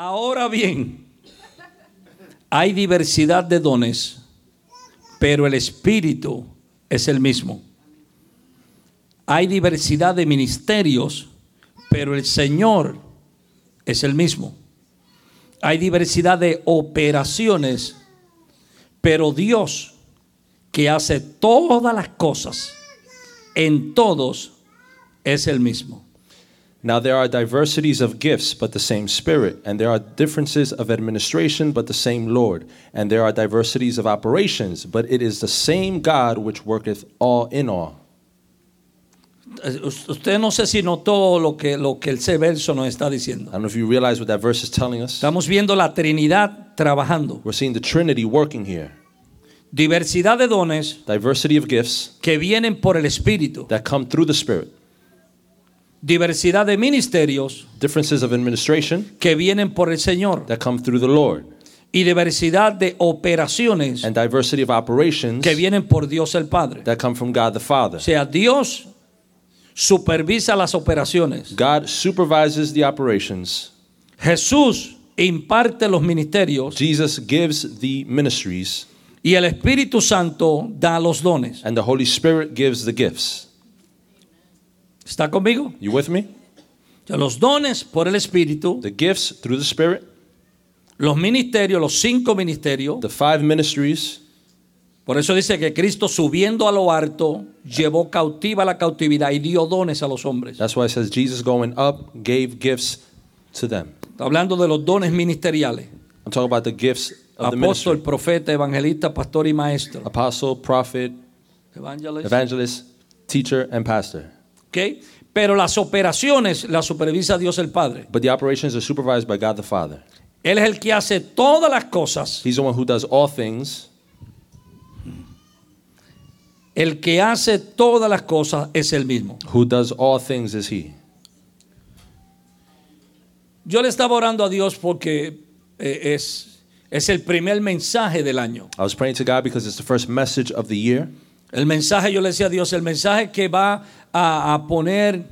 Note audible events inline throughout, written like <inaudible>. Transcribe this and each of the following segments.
Ahora bien, hay diversidad de dones, pero el espíritu es el mismo. Hay diversidad de ministerios, pero el Señor es el mismo. Hay diversidad de operaciones, pero Dios que hace todas las cosas en todos es el mismo. Now there are diversities of gifts, but the same Spirit, and there are differences of administration, but the same Lord, and there are diversities of operations, but it is the same God which worketh all in all. Eh, us- Usted no sé si notó lo que, lo que ese verso nos está diciendo. I don't know if you realize what that verse is telling us. Estamos viendo la Trinidad trabajando. We're seeing the Trinity working here. Diversidad de dones Diversity of gifts que vienen por el Espíritu. that come through the Spirit, Diversidad de ministerios differences of administration que vienen por el Señor. that come through the Lord, Y diversidad de operaciones and diversity of operations que vienen por Dios el Padre. that come from God the Father. O sea, Dios supervisa las operaciones. God supervises the operations. Jesús imparte los ministerios Jesus gives the ministries, y el Espíritu Santo da los dones. and the Holy Spirit gives the gifts. ¿Está conmigo? You with me? O sea, los dones por el Espíritu, The gifts through the Spirit, los ministerios, los cinco ministerios. the five ministries. Por eso dice que Cristo subiendo a lo alto llevó cautiva la cautividad y dio dones a los hombres. That's why it says Jesus going up gave gifts to them. Está hablando de los dones ministeriales. I'm talking about the gifts of the Apóstol, ministry. profeta, evangelista, pastor y maestro. Apostle, prophet, Evangelist. evangelist, teacher, and pastor. ¿Ok? Pero las operaciones las supervisa Dios el Padre. But the operations are supervised by God the Father. Él es el que hace todas las cosas. He's the one who does all things. El que hace todas las cosas es el mismo. Who does all things is He. Yo le estaba orando a Dios porque eh, es, es el primer mensaje del año. I was praying to God because it's the first message of the year. El mensaje, yo le decía a Dios, el mensaje que va a, a poner,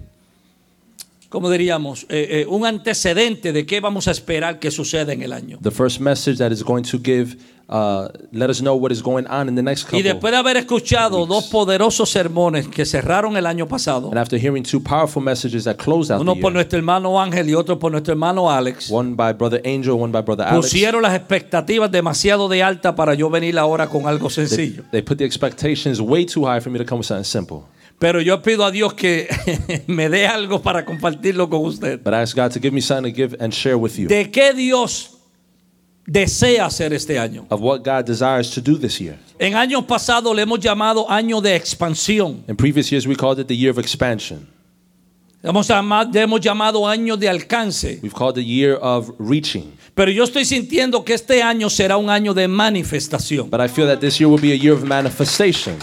¿cómo diríamos? Eh, eh, un antecedente de qué vamos a esperar que suceda en el año. The first message that is going to give, uh, let us know what is going on in the next Y después couple. de haber escuchado dos poderosos sermones que cerraron el año pasado, And after hearing two powerful messages that closed out the uno por year, nuestro hermano Ángel y otro por nuestro hermano Alex, one by Brother Angel, one by Brother Alex, pusieron las expectativas demasiado de alta para yo venir ahora con algo they, sencillo. they put the expectations way too high for me to come with something simple. Pero yo pido a Dios que <laughs> me dé algo para compartirlo con usted. But I asked God to give me something to give and share with you ¿De qué Dios desea hacer este año? of what God desires to do this year. En años pasados le hemos llamado año de expansión. In previous years, we called it the year of expansion. Le hemos llama- le hemos llamado año de alcance. We've called the year of reaching. Pero yo estoy sintiendo que este año será un año de manifestación. But I feel that this year will be a year of manifestation.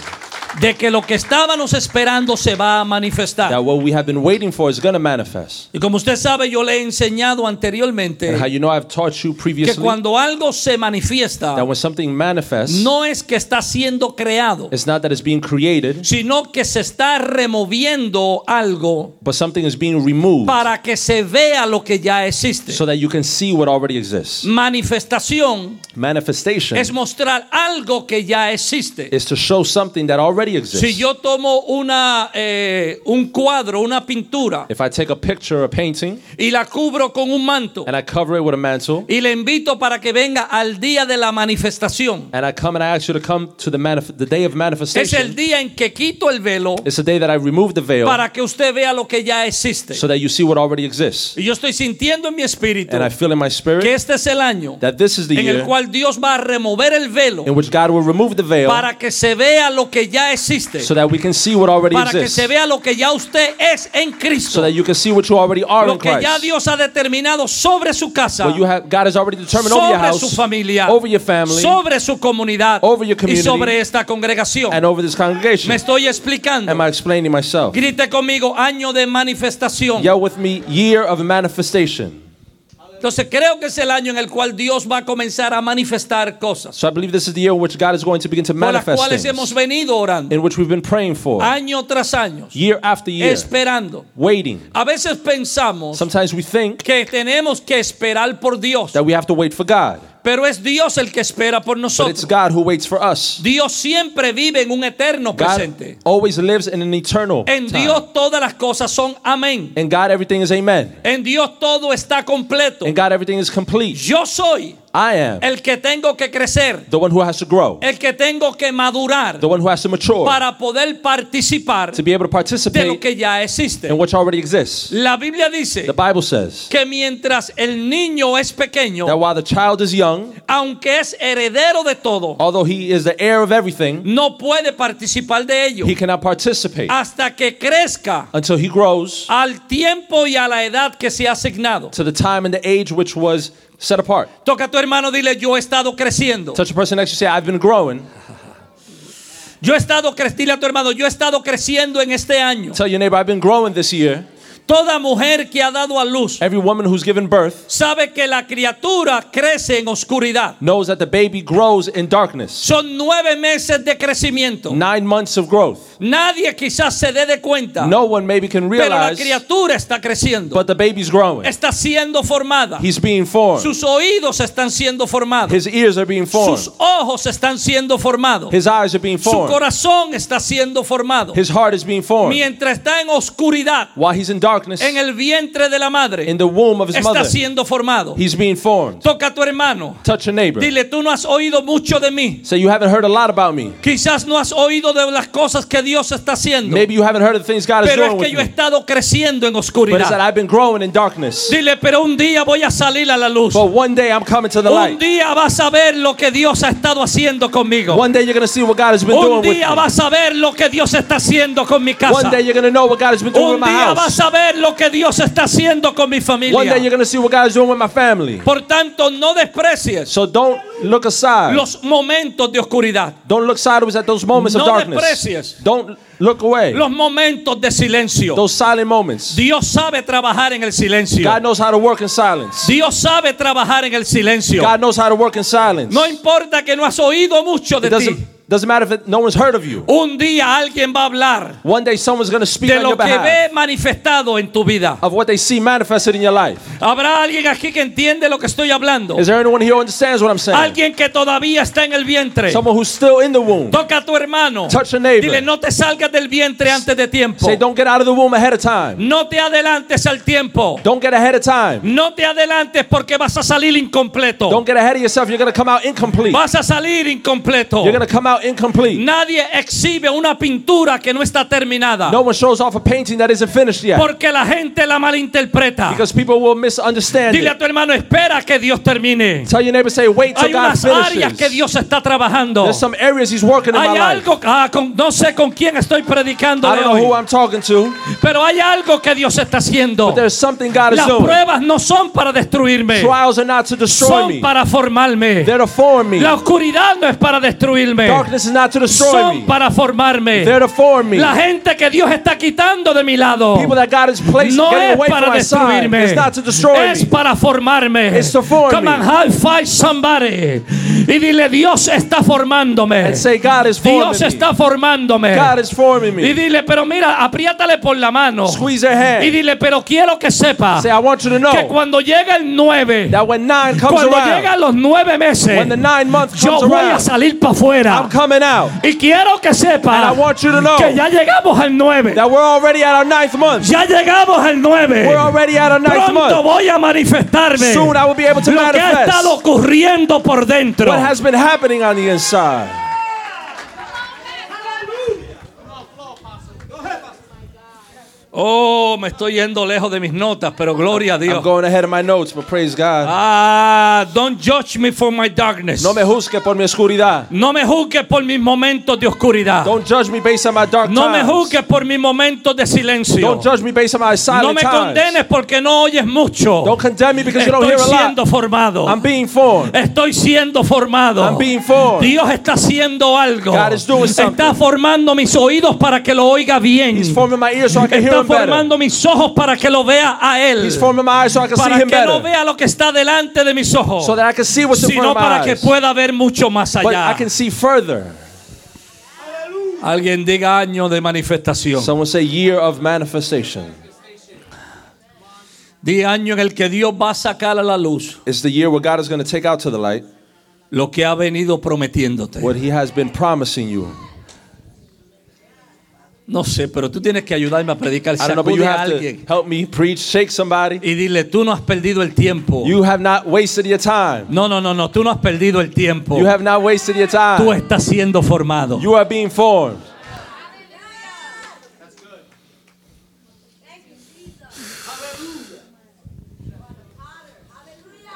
De que lo que estábamos esperando se va a That manifestar. what we have been waiting for is going to manifest. Y como usted sabe, yo le he enseñado And how anteriormente you know I've taught you que previously cuando algo se manifiesta, that when something manifests, no es que está siendo creado, it's not that it's being created, sino que se está removiendo algo but something is being removed para que se vea lo que ya existe. so that you can see what already exists. Manifestación Manifestation es mostrar algo que ya existe. is to show something that already exists. Si yo tomo una, eh, un cuadro, una pintura, if I take a picture, a painting, y la cubro con un manto, and I cover it with a mantle, y le invito para que venga al día de la manifestación, and I come and I ask you to come to the, manif- the day of es manifestation, el día en que quito el velo it's the day that I remove the veil para que usted vea lo que ya existe. so that you see what already exists. Y yo estoy sintiendo en mi espíritu And I feel in my spirit que este es el año that this is the en el year cual Dios va a remover el velo in which God will remove the veil para que se vea lo que ya existe, so that we can see what already para que se exists, vea lo que ya usted es en so Cristo. that you can see what you already are lo in que ya Christ. Dios ha determinado sobre su casa, What you have, God has already determined over your sobre house, su familia, over your family, sobre su comunidad over your y community, sobre esta congregación. and over this congregation. Me estoy explicando. Am I explaining myself? Grite conmigo, año de manifestación. Yell with me, year of manifestation. Entonces creo que es el año en el cual Dios va a comenzar a manifestar cosas So I believe this is the year in which God is going to begin to por las manifest cuales hemos things venido orando in which we've been praying for año tras año, year after year, esperando. waiting. A veces pensamos Sometimes we think que tenemos que esperar por Dios, that we have to wait for God, pero es Dios el que espera por but it's nosotros. God who waits for us. Dios siempre vive en un eterno God presente. always lives in an eternal En time. Dios todas las cosas son amén. In God, everything is amen. En Dios todo está completo. In God, everything is complete. Yo soy I am el que tengo que crecer, the one who has to grow, el que tengo que madurar the one who has to mature para poder participar to be able to de lo participate que ya existe. in what already exists. La Biblia dice The Bible says que mientras el niño es pequeño, that while the child is young, aunque es heredero de todo, although he is the heir of everything, no puede participar de ello he cannot participate hasta que crezca until he grows al tiempo y a la edad que se ha asignado. to the time and the age which was set apart. Toca a tu hermano, dile, yo he estado creciendo. Touch a person next to you, say, I've been growing. Yo he estado creciendo, dile a tu hermano, yo he estado creciendo en este año. Tell your neighbor, I've been growing this year. Toda mujer que ha dado a luz Every woman who's given birth sabe que la criatura crece en oscuridad. knows that the baby grows in darkness. Son nueve meses de crecimiento. Nine months of growth. Nadie quizás se dé de cuenta, No one maybe can pero la realize, criatura está creciendo. but the baby's growing. Está siendo formada. He's being formed. Sus oídos están siendo formados. His ears are being formed. Sus ojos están siendo formados. His eyes are being Su formed. corazón está siendo formado. His heart is being formed. Mientras está en oscuridad, While he's in darkness, en el vientre de la madre, in the womb of his está mother, siendo formado. he's being formed. Toca a tu hermano. Touch a neighbor. Dile, tú no has oído mucho de mí. Say, you haven't heard a lot about me. Quizás no has oído de las cosas que Dios está haciendo. Maybe you haven't heard of the things God is Pero doing es with que yo he me. estado creciendo en But it's that oscuridad. I've been growing in darkness. Dile, pero un día voy a salir a la luz. But one day I'm coming to the Un light. día vas a ver lo que Dios ha estado haciendo conmigo. One day you're going to see what God has been Un doing with día me. vas a ver lo que Dios está haciendo con mi casa. One day you're going to know what God has been doing with Un my día vas house. a ver lo que Dios está haciendo con mi One day you're familia. going to see what God is doing with my family. Por tanto, no desprecies So don't look aside. los momentos de oscuridad, Don't look sideways at those moments No of darkness. desprecies. Don't look away. los momentos de silencio. Those silent moments. Dios sabe trabajar en el silencio. God knows how to work in silence. Dios sabe trabajar en el silencio. God knows how to work in silence. No importa que no has oído mucho It de ti. doesn't, doesn't matter if it, no one's heard of you. Un día alguien va a hablar One day someone's going to speak de on lo your que behalf ve manifestado en tu vida. of what they see manifested in your life. Habrá alguien aquí que entiende lo que estoy hablando. Is there anyone here who understands what I'm saying? Alguien que todavía está en el vientre. Someone who's still in the womb. Toca a tu hermano. Touch a neighbor. Dile, no te salgas del vientre antes de tiempo. Say, don't get out of the womb ahead of time. No te adelantes al tiempo. Don't get ahead of time. No te adelantes porque vas a salir incompleto. Don't get ahead of yourself. You're going to come out incomplete. Vas a salir incompleto. You're going to come out incomplete. Nadie exhibe una pintura que no está terminada. No one shows off a painting that isn't finished yet Porque la gente la malinterpreta. because people will misunderstand Dile it. a tu hermano, espera que Dios termine. Tell your neighbor, say, wait till Hay God unas áreas que finishes. Dios está trabajando. There's some areas He's working in my Hay life. algo, ah, con- no sé con quién estoy predicando I de don't know who hoy, I'm talking to, pero hay algo que Dios está haciendo. but there's something God is Las doing. pruebas no son para destruirme, Trials are not to destroy son me, para formarme. they're to form me. La oscuridad no es para destruirme, Darkness is not to destroy son me, para formarme. they're to form me. La gente que Dios está quitando de mi lado People that God is placed no getting es away from para my side, destruirme, it's not to destroy es me. para formarme. It's to form Come me. on, high five somebody y dile Dios está formándome. And say, God is forming Dios me. está formándome. God is forming Y me. dile, pero mira, apriátale por la mano. Squeeze their Y hand. dile, pero quiero que sepa Say, I want you to que know cuando llega el 9, that when nine comes cuando around, llegan los nueve meses, when the nine month yo comes voy a around, salir para afuera. I'm coming out. Y quiero que And I sepa want you to know que ya llegamos al 9. that we're already at our ninth month. Ya llegamos al 9. We're already at our ninth Pronto month. voy a manifestarme Soon I will be able to lo que ha manifest estado ocurriendo por dentro. what has been happening on the inside. Oh, me estoy yendo lejos de mis notas, pero gloria a I'm Dios. going ahead of my notes, but praise God. Ah, don't judge me for my darkness. No me juzgue por mi oscuridad. No me juzgues por mis momentos de oscuridad. Don't judge me based on my dark No me times. juzgues por mis momentos de silencio. Don't judge me based on my No silent me times. condenes porque no oyes mucho. Don't condemn me because you don't Estoy hear a lot. siendo formado. I'm being formed. Estoy siendo formado. I'm being formed. Dios está haciendo algo. God is doing something. Está formando mis oídos para que lo oiga bien. He's forming my ears so I can Mm. hear Está está doing better. formando mis ojos para que lo vea a Él. He's forming my eyes so I can see Para him que no better. vea lo que está delante de mis ojos, So that I can see what's in front sino of my para que eyes. pueda ver mucho más But I allá. can see further. Alguien diga año de manifestación. Someone say year of manifestation. Di año en el que Dios va a sacar a la luz It's the year where God is going to take out to the light lo que ha venido prometiéndote. what he has been promising you. No sé, pero tú tienes que ayudarme a predicar. I don't know, but you Sacude a have to alguien help me preach, shake somebody. y dile, tú no has perdido el tiempo. You have not wasted your time. No, no, no, no, tú no has perdido el tiempo. You have not wasted your Tú time. estás siendo formado. You are being formed.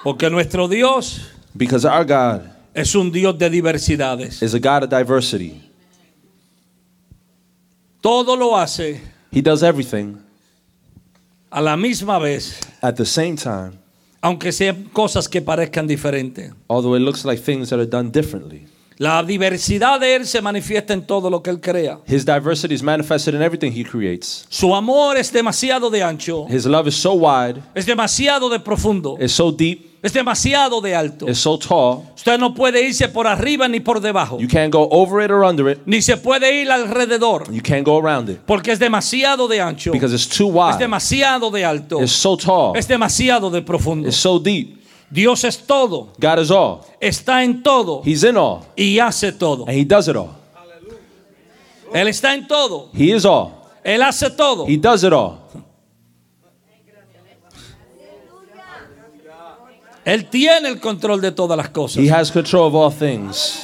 Porque nuestro Dios Because our God es un Dios de diversidades. is a God of diversity. Todo lo hace He does everything a la misma vez, at the same time, aunque sean cosas que parezcan diferentes. although it looks like things that are done differently. La diversidad de Él se manifiesta en todo lo que Él crea. His diversity is manifested in everything he creates. Su amor es demasiado de ancho, His love is so wide, es demasiado de profundo, it's so deep, es demasiado de alto. it's so tall. Usted no puede irse por arriba ni por debajo, You can't go over it or under it. ni se puede ir alrededor, You can't go around it porque es demasiado de ancho, because it's too es wide. demasiado de alto, It's so tall. es demasiado de profundo. It's so deep. Dios es todo, God is all. está en todo He's in all. y hace todo. And he does it all. Él está en todo, He is all. Él hace todo. He does it all. Él tiene el control de todas las cosas. He has control of all things.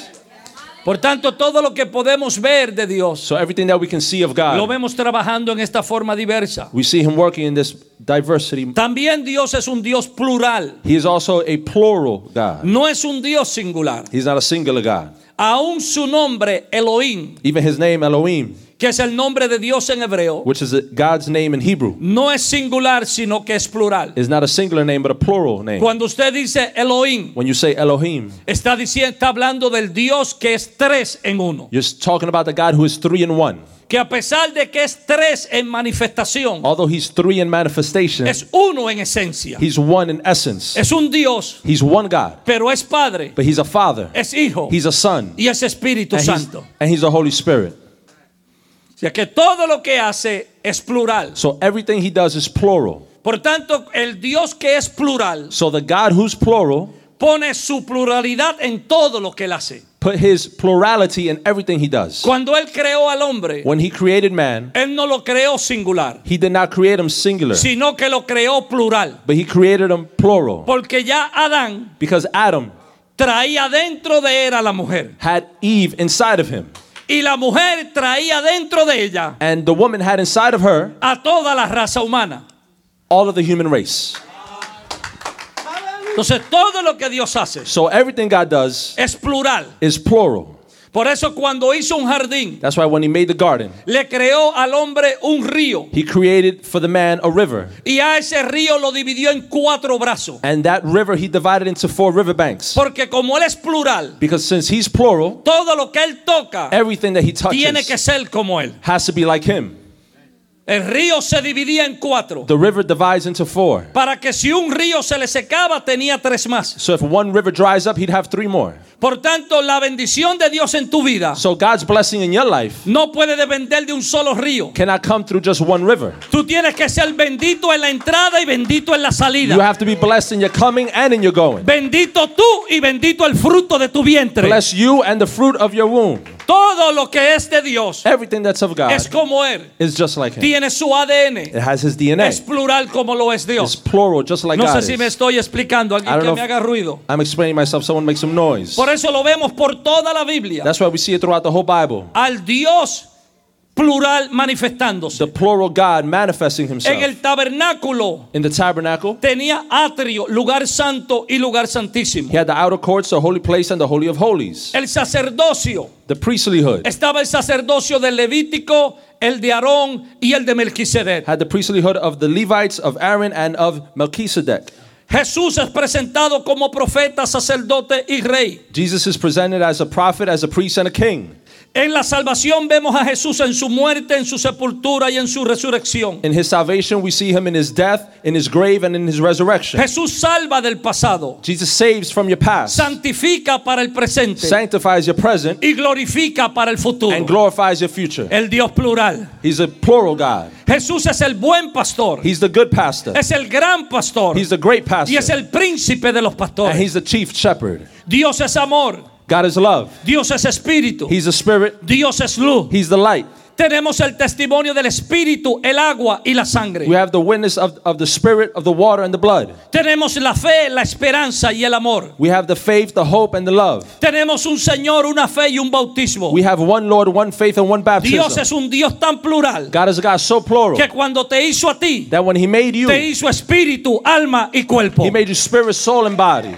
Por tanto, todo lo que podemos ver de Dios, So everything that we can see of lo God, vemos trabajando en esta forma diversa. we see him working in this diversity. También Dios es un Dios plural, He is also a plural God. no es un Dios singular. He's not a singular God. Aún su nombre, Elohim, Even his name Elohim, que es el nombre de Dios en hebreo, which is God's name in Hebrew, no es singular, sino que es plural. is not a singular name but a plural name. Cuando usted dice Elohim, When you say Elohim, está diciendo, está hablando del Dios que es tres en uno. you're talking about the God who is three in one. Que a pesar de que es tres en manifestación, Although he's three in manifestation, es uno en esencia. he's one in essence. Es un Dios, He's one God, pero es Padre, but he's a father. es Hijo He's a son. y es Espíritu And he's, Santo. and he's the Holy Spirit. O sea que todo lo que hace es plural. So everything he does is plural. Por tanto, el Dios que es plural So the God who's plural pone su pluralidad en todo lo que él hace. put his plurality in everything he does. Cuando él creó al hombre, When he created man, él no lo creó singular, he did not create him singular, sino que lo creó plural. but he created him plural. Porque ya Adán Because Adam traía dentro de él a la mujer. had Eve inside of him, Y la mujer traía dentro de ella and the woman had inside of her a toda la raza humana. all of the human race. Entonces todo lo que Dios hace So everything God does es plural. is plural. Por eso cuando hizo un jardín, That's why when he made the garden, le creó al hombre un río. he created for the man a river. Y a ese río lo dividió en cuatro brazos. And that river he divided into four riverbanks. Porque como él es plural, Because since he's plural, todo lo que él toca everything that he tiene que touches ser como él. has to be like him. El río se dividía en cuatro. The river divides into four. Para que si un río se le secaba, tenía tres más. So if one river dries up, he'd have three more. Por tanto, la bendición de Dios en tu vida So God's blessing in your life no puede depender de un solo río. cannot come through just one river. Tú tienes que ser bendito en la entrada y bendito en la You salida. have to be blessed in your coming and in your going. Bendito tú y bendito el fruto de tu vientre. Bless you and the fruit of your womb. Todo lo que es de Dios Everything that's of God es como Él. is just like him. Tiene su ADN. It has his Es DNA. plural como lo es It's Dios. plural, just like No God sé si me is. estoy explicando, I alguien don't que know me if- haga ruido. I'm explaining myself. Someone make some noise. Por eso lo vemos por toda la Biblia. That's why we see it throughout the whole Bible. Al Dios plural manifestándose. The plural God manifesting En himself. el tabernáculo In the tabernacle, tenía atrio, lugar santo y lugar santísimo. he had the outer courts, the holy place, and the holy of holies. El sacerdocio, The priestlyhood. estaba el sacerdocio del Levítico, el de Aarón y el de Melquisedec. had the priestlyhood of the Levites, of Aaron, and of Melchizedek. Jesús es presentado como profeta, sacerdote y rey. Jesus is presented as a prophet, as a priest, and a king. En la salvación vemos a Jesús en su muerte, en su sepultura y en su resurrección. In his salvation, we see him in his death, in his grave, and in his resurrection. Jesús salva del pasado, Jesus saves from your past, santifica para el presente sanctifies your present, y glorifica para el and futuro. glorifies your future. El Dios plural. He's a plural God. Jesús es el buen pastor, He's the good pastor. es el gran pastor He's the great y es pastor. el príncipe de los And pastores. he's the chief shepherd. Dios es amor, God is love. Dios es espíritu, He's the spirit. Dios es luz. He's the light. Tenemos el testimonio del espíritu, el agua y la sangre. We have the witness of, of the spirit, of the water, and the blood. Tenemos la fe, la esperanza y el amor. We have the faith, the hope, and the love. Tenemos un Señor, una fe y un bautismo. We have one Lord, one faith, and one Dios baptism. es un Dios tan plural God is a God so plural que cuando te hizo a ti, that when He made you, te hizo espíritu, alma y cuerpo. He made you spirit, soul, and body.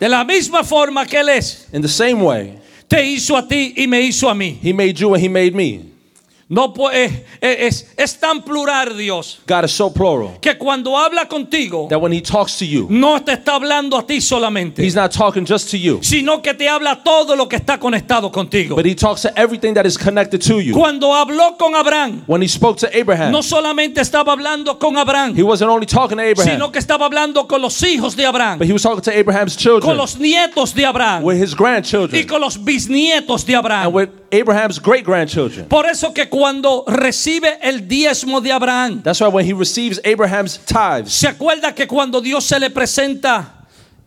De la misma forma que Él es, In the same way, te hizo a ti y me hizo a mí. He made you and He made me. No pu- eh, eh, es, es tan plural Dios God is so plural que cuando habla contigo, that when He talks to you, no te está hablando a ti solamente, He's not talking just to you, sino que te habla todo lo que está conectado contigo. but He talks to everything that is connected to you. Cuando habló con Abraham, When He spoke to Abraham, no solamente estaba hablando con Abraham, He wasn't only talking to Abraham, sino que estaba hablando con los hijos de Abraham, but He was talking to Abraham's con children, los nietos de Abraham with His y grandchildren, con los bisnietos de and Abraham. with Abraham's great grandchildren. Por eso que cuando recibe el diezmo de Abraham, That's why when He receives Abraham's tithes, se acuerda que cuando Dios se le presenta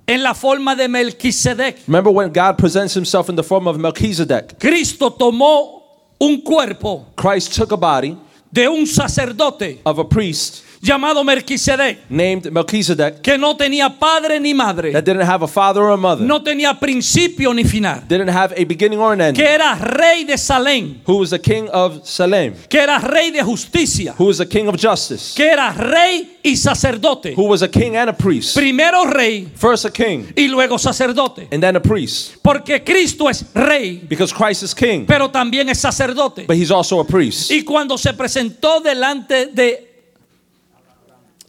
en la forma de Melquisedec, remember when God presents Himself in the form of Melchizedek, Cristo tomó un cuerpo Christ took a body de un sacerdote of a priest llamado Melquisedec, named Melchizedek que no tenía padre ni madre, that didn't have a father or a mother, no tenía principio ni final, didn't have a beginning or an end, que era rey de Salem, who was the king of Salem, que era rey de justicia, who was the king of justice, que era rey y sacerdote. who was a king and a priest. Primero rey First a king y luego sacerdote. and then a priest, Porque Cristo es rey, because Christ is king, pero también es sacerdote. but he's also a priest. Y cuando se presentó delante de,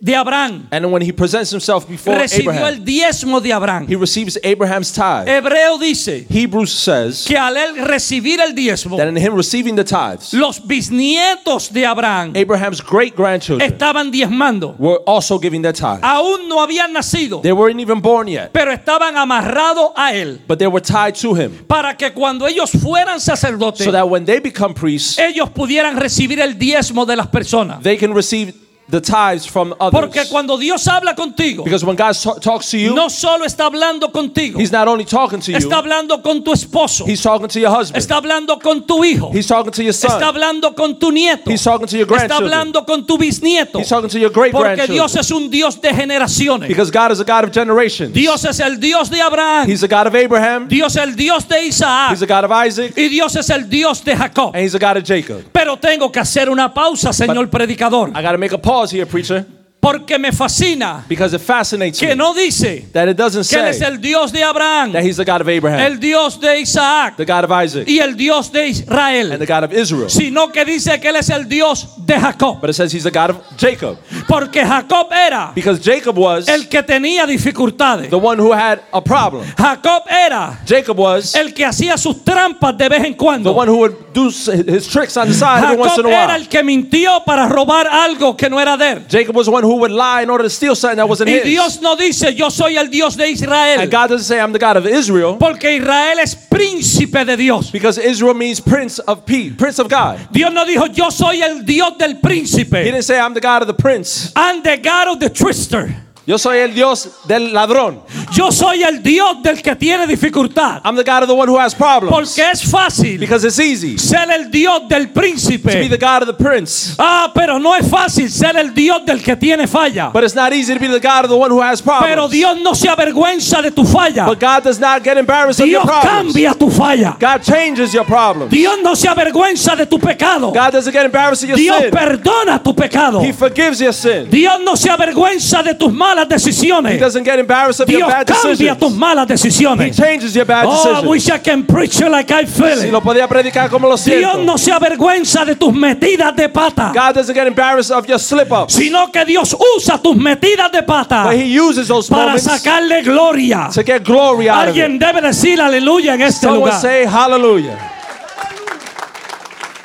de Abraham, And when he presents himself before recibió Oh, Abraham, el diezmo de Abraham. he receives Abraham's tithe. Hebreo dice Hebrews says que al él recibir el diezmo, that in him receiving the tithes, los bisnietos de Abraham Abraham's great grandchildren estaban diezmando. were also giving their tithe. Aún no habían nacido, They weren't even born yet, pero estaban amarrados a él. but they were tied to him. Para que cuando ellos fueran sacerdotes, So that when they become priests, ellos pudieran recibir el diezmo de las personas. they can receive the tithes from Porque others. cuando Dios habla contigo, Because when God ta- talks to you, no solo está hablando contigo, He's not only talking to you, está hablando con tu esposo, He's talking to your husband, está hablando con tu hijo, He's talking to your está son, hablando con tu nieto, He's talking to your está grandchildren, hablando con tu bisnieto. He's talking to your great Porque Dios grandchildren. es un Dios de generaciones. Because God is a God of generations. Dios es el Dios de Abraham, He's a God of Abraham, Dios es el Dios de He's Isaac a God of Isaac, y Dios es el Dios de Jacob. and He's a God of Jacob. Pero tengo que hacer una pausa, señor predicador, I got to make a pause here, preacher, porque me fascina because it fascinates que me no dice that it doesn't que él es say el Dios de Abraham, that He's the God of Abraham, el Dios de Isaac the God of Isaac, y el Dios de and Israel, the God of Israel, sino que dice que él es el Dios de Jacob, but it says He's the God of Jacob. porque Jacob era Because Jacob was el que tenía dificultades, the one who had a problem. Jacob era Jacob was el que hacía sus trampas de vez en the cuando. one who would do s- his tricks on the side every once in Jacob a era while. el que mintió para robar algo que no era de él. Jacob was the one who would lie in order to steal something that wasn't Y his. Dios no dice, yo soy el Dios de Israel, and God doesn't say, I'm the God of Israel, porque Israel es príncipe de Dios. because Israel means prince of peace, prince of God. Dios no dijo, yo soy el Dios del He príncipe. didn't say, I'm the God of the prince. I'm the God of the twister. Yo soy el Dios del ladrón. Yo soy el Dios del que tiene dificultad. I'm the God of the one who has problems. Porque es fácil Because it's easy to ser el Dios del be príncipe. the God of the prince. Ah, pero no es fácil ser el Dios del que tiene falla. But it's not easy to be the God of the one who has Pero problems. Dios no se avergüenza de tu falla. But God does not get embarrassed of your Dios problems. cambia tu falla. God changes your problems. Dios no se avergüenza de tu pecado. God doesn't get embarrassed of your Dios sin. perdona tu pecado. He forgives your sin. Dios no se avergüenza de tus malas He decisiones. doesn't get embarrassed of your Dios bad bad Cambia tus decisions. malas He decisiones. changes your bad Oh, I decisions. wish I can preach it like I feel Si it. lo podía predicar como lo Dios siento. no se avergüenza de tus metidas de pata, God doesn't get embarrassed of your slip ups, sino que Dios usa tus metidas de pata but He uses those para moments sacarle gloria. to get glory out of it. Alguien debe decir aleluya en este Someone lugar. say hallelujah.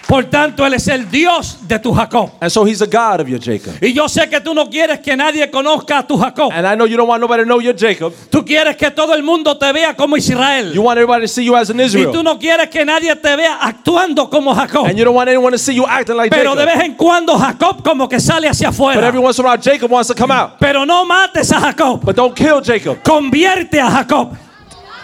Por tanto, Él es el Dios de tu Jacob. And so He's the God of your Jacob. Y yo sé que tú no quieres que nadie conozca a tu Jacob. And I know you don't want nobody to know your Jacob. Tú quieres que todo el mundo te vea como Israel. You want everybody to see you as an Y tú Israel. no quieres que nadie te vea actuando como Jacob. And you don't want anyone to see you acting like Pero de Jacob. vez en cuando Jacob como que sale hacia But afuera. every once in a while, Jacob wants to come out. Pero no mates a Jacob. But don't kill Jacob. Convierte a Jacob.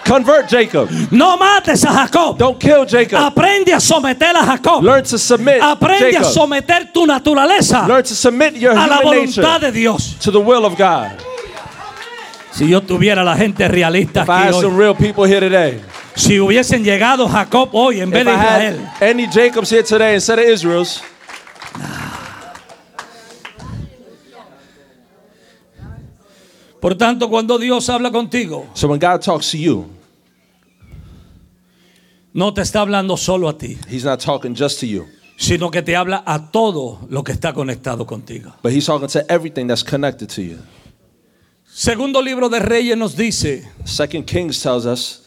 Convert Jacob. No mates a Jacob. Don't kill Jacob. Aprende a someter a Jacob. Learn to submit Aprende a Jacob. someter tu naturaleza Learn to submit your a la human voluntad nature de Dios. to the will of God. Si yo tuviera la gente realista If I aquí had hoy, some real people here today, si hubiesen llegado Jacob hoy en vez if de I Israel, had any Jacobs here today instead of Israel's, Por tanto, cuando Dios habla contigo, so when God talks to you, no te está hablando solo a ti, He's not talking just to you, sino que te habla a todo lo que está conectado contigo. but He's talking to everything that's connected to you. Segundo libro de Reyes nos dice Second Kings tells us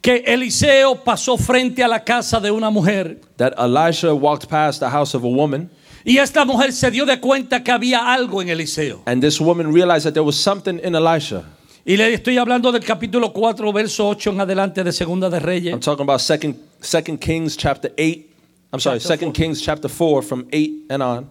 que Eliseo pasó frente a la casa de una mujer that Elisha walked past the house of a woman, y esta mujer se dio de cuenta que había algo en Eliseo. and this woman realized that there was something in Elisha. Y le estoy hablando del capítulo 4, verso 8 en adelante de Segunda de Reyes. I'm talking about second second Kings chapter eight. I'm sorry, second Kings chapter four from eight and on.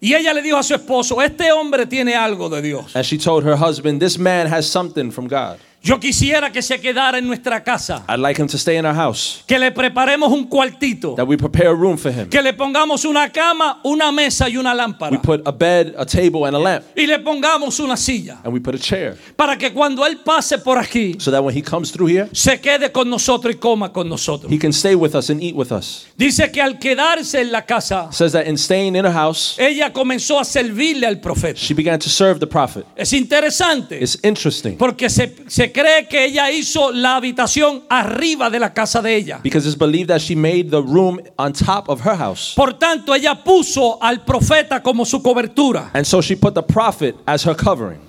Y ella le dijo a su esposo, este hombre tiene algo de Dios. And she told her husband, This man has something from God. Yo quisiera que se quedara en nuestra casa, I'd like him to stay in our house. que le preparemos un cuartito. That we prepare a room for him. que le pongamos una cama, una mesa y una We lámpara. put a bed, a table, and a lamp, Y le pongamos una silla. and we put a chair. Para que cuando Él pase por aquí, So that when he comes through here, se quede con nosotros y coma con nosotros. he can stay with us and eat with us. Dice que al quedarse en la casa, Says that in staying in her house, ella comenzó a servirle al profeta. she began to serve the prophet. Es interesante. It's interesting Porque se, se cree que ella hizo la habitación arriba de la casa de ella. because it's believed that she made the room on top of her house. Por tanto, ella puso al profeta como su cobertura. And so she put the prophet as her covering.